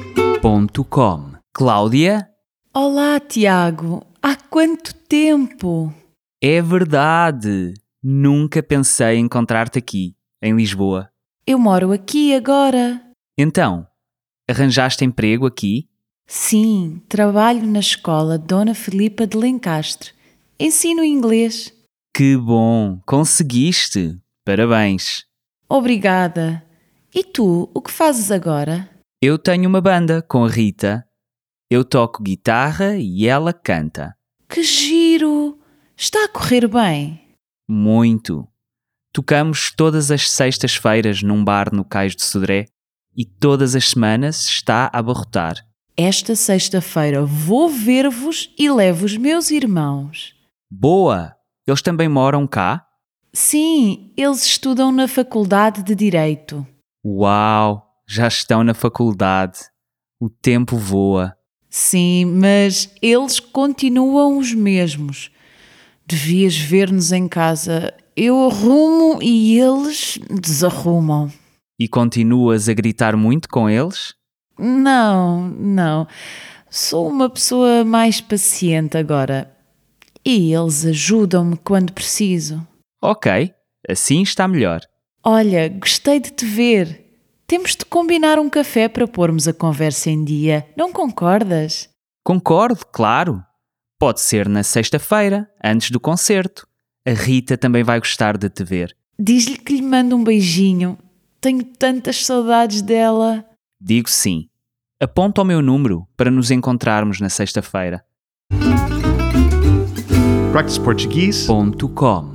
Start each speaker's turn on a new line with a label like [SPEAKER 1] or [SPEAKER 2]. [SPEAKER 1] practiceportuguese.com. Cláudia,
[SPEAKER 2] Olá, Tiago. Há quanto tempo?
[SPEAKER 1] é verdade. Nunca pensei em encontrar-te aqui, em Lisboa.
[SPEAKER 2] Eu moro aqui agora.
[SPEAKER 1] Então, arranjaste emprego aqui?
[SPEAKER 2] Sim, trabalho na escola Dona Filipa de Lencastre. Ensino inglês.
[SPEAKER 1] Que bom, conseguiste. Parabéns.
[SPEAKER 2] Obrigada. E tu, o que fazes agora?
[SPEAKER 1] Eu tenho uma banda com a Rita. Eu toco guitarra e ela canta.
[SPEAKER 2] Que giro! Está a correr bem.
[SPEAKER 1] Muito. Tocamos todas as sextas-feiras num bar no Cais de Sodré e todas as semanas está a abarrotar.
[SPEAKER 2] Esta sexta-feira vou ver-vos e levo os meus irmãos.
[SPEAKER 1] Boa! Eles também moram cá?
[SPEAKER 2] Sim, eles estudam na Faculdade de Direito.
[SPEAKER 1] Uau! Já estão na faculdade. O tempo voa.
[SPEAKER 2] Sim, mas eles continuam os mesmos. Devias ver-nos em casa. Eu arrumo e eles desarrumam.
[SPEAKER 1] E continuas a gritar muito com eles?
[SPEAKER 2] Não, não. Sou uma pessoa mais paciente agora. E eles ajudam-me quando preciso.
[SPEAKER 1] Ok, assim está melhor.
[SPEAKER 2] Olha, gostei de te ver. Temos de combinar um café para pormos a conversa em dia. Não concordas?
[SPEAKER 1] Concordo, claro. Pode ser na sexta-feira, antes do concerto. A Rita também vai gostar de te ver.
[SPEAKER 2] Diz-lhe que lhe mando um beijinho. Tenho tantas saudades dela.
[SPEAKER 1] Digo sim. Aponta o meu número para nos encontrarmos na sexta-feira.
[SPEAKER 3] practiceportuguese.com
[SPEAKER 1] Ponto com.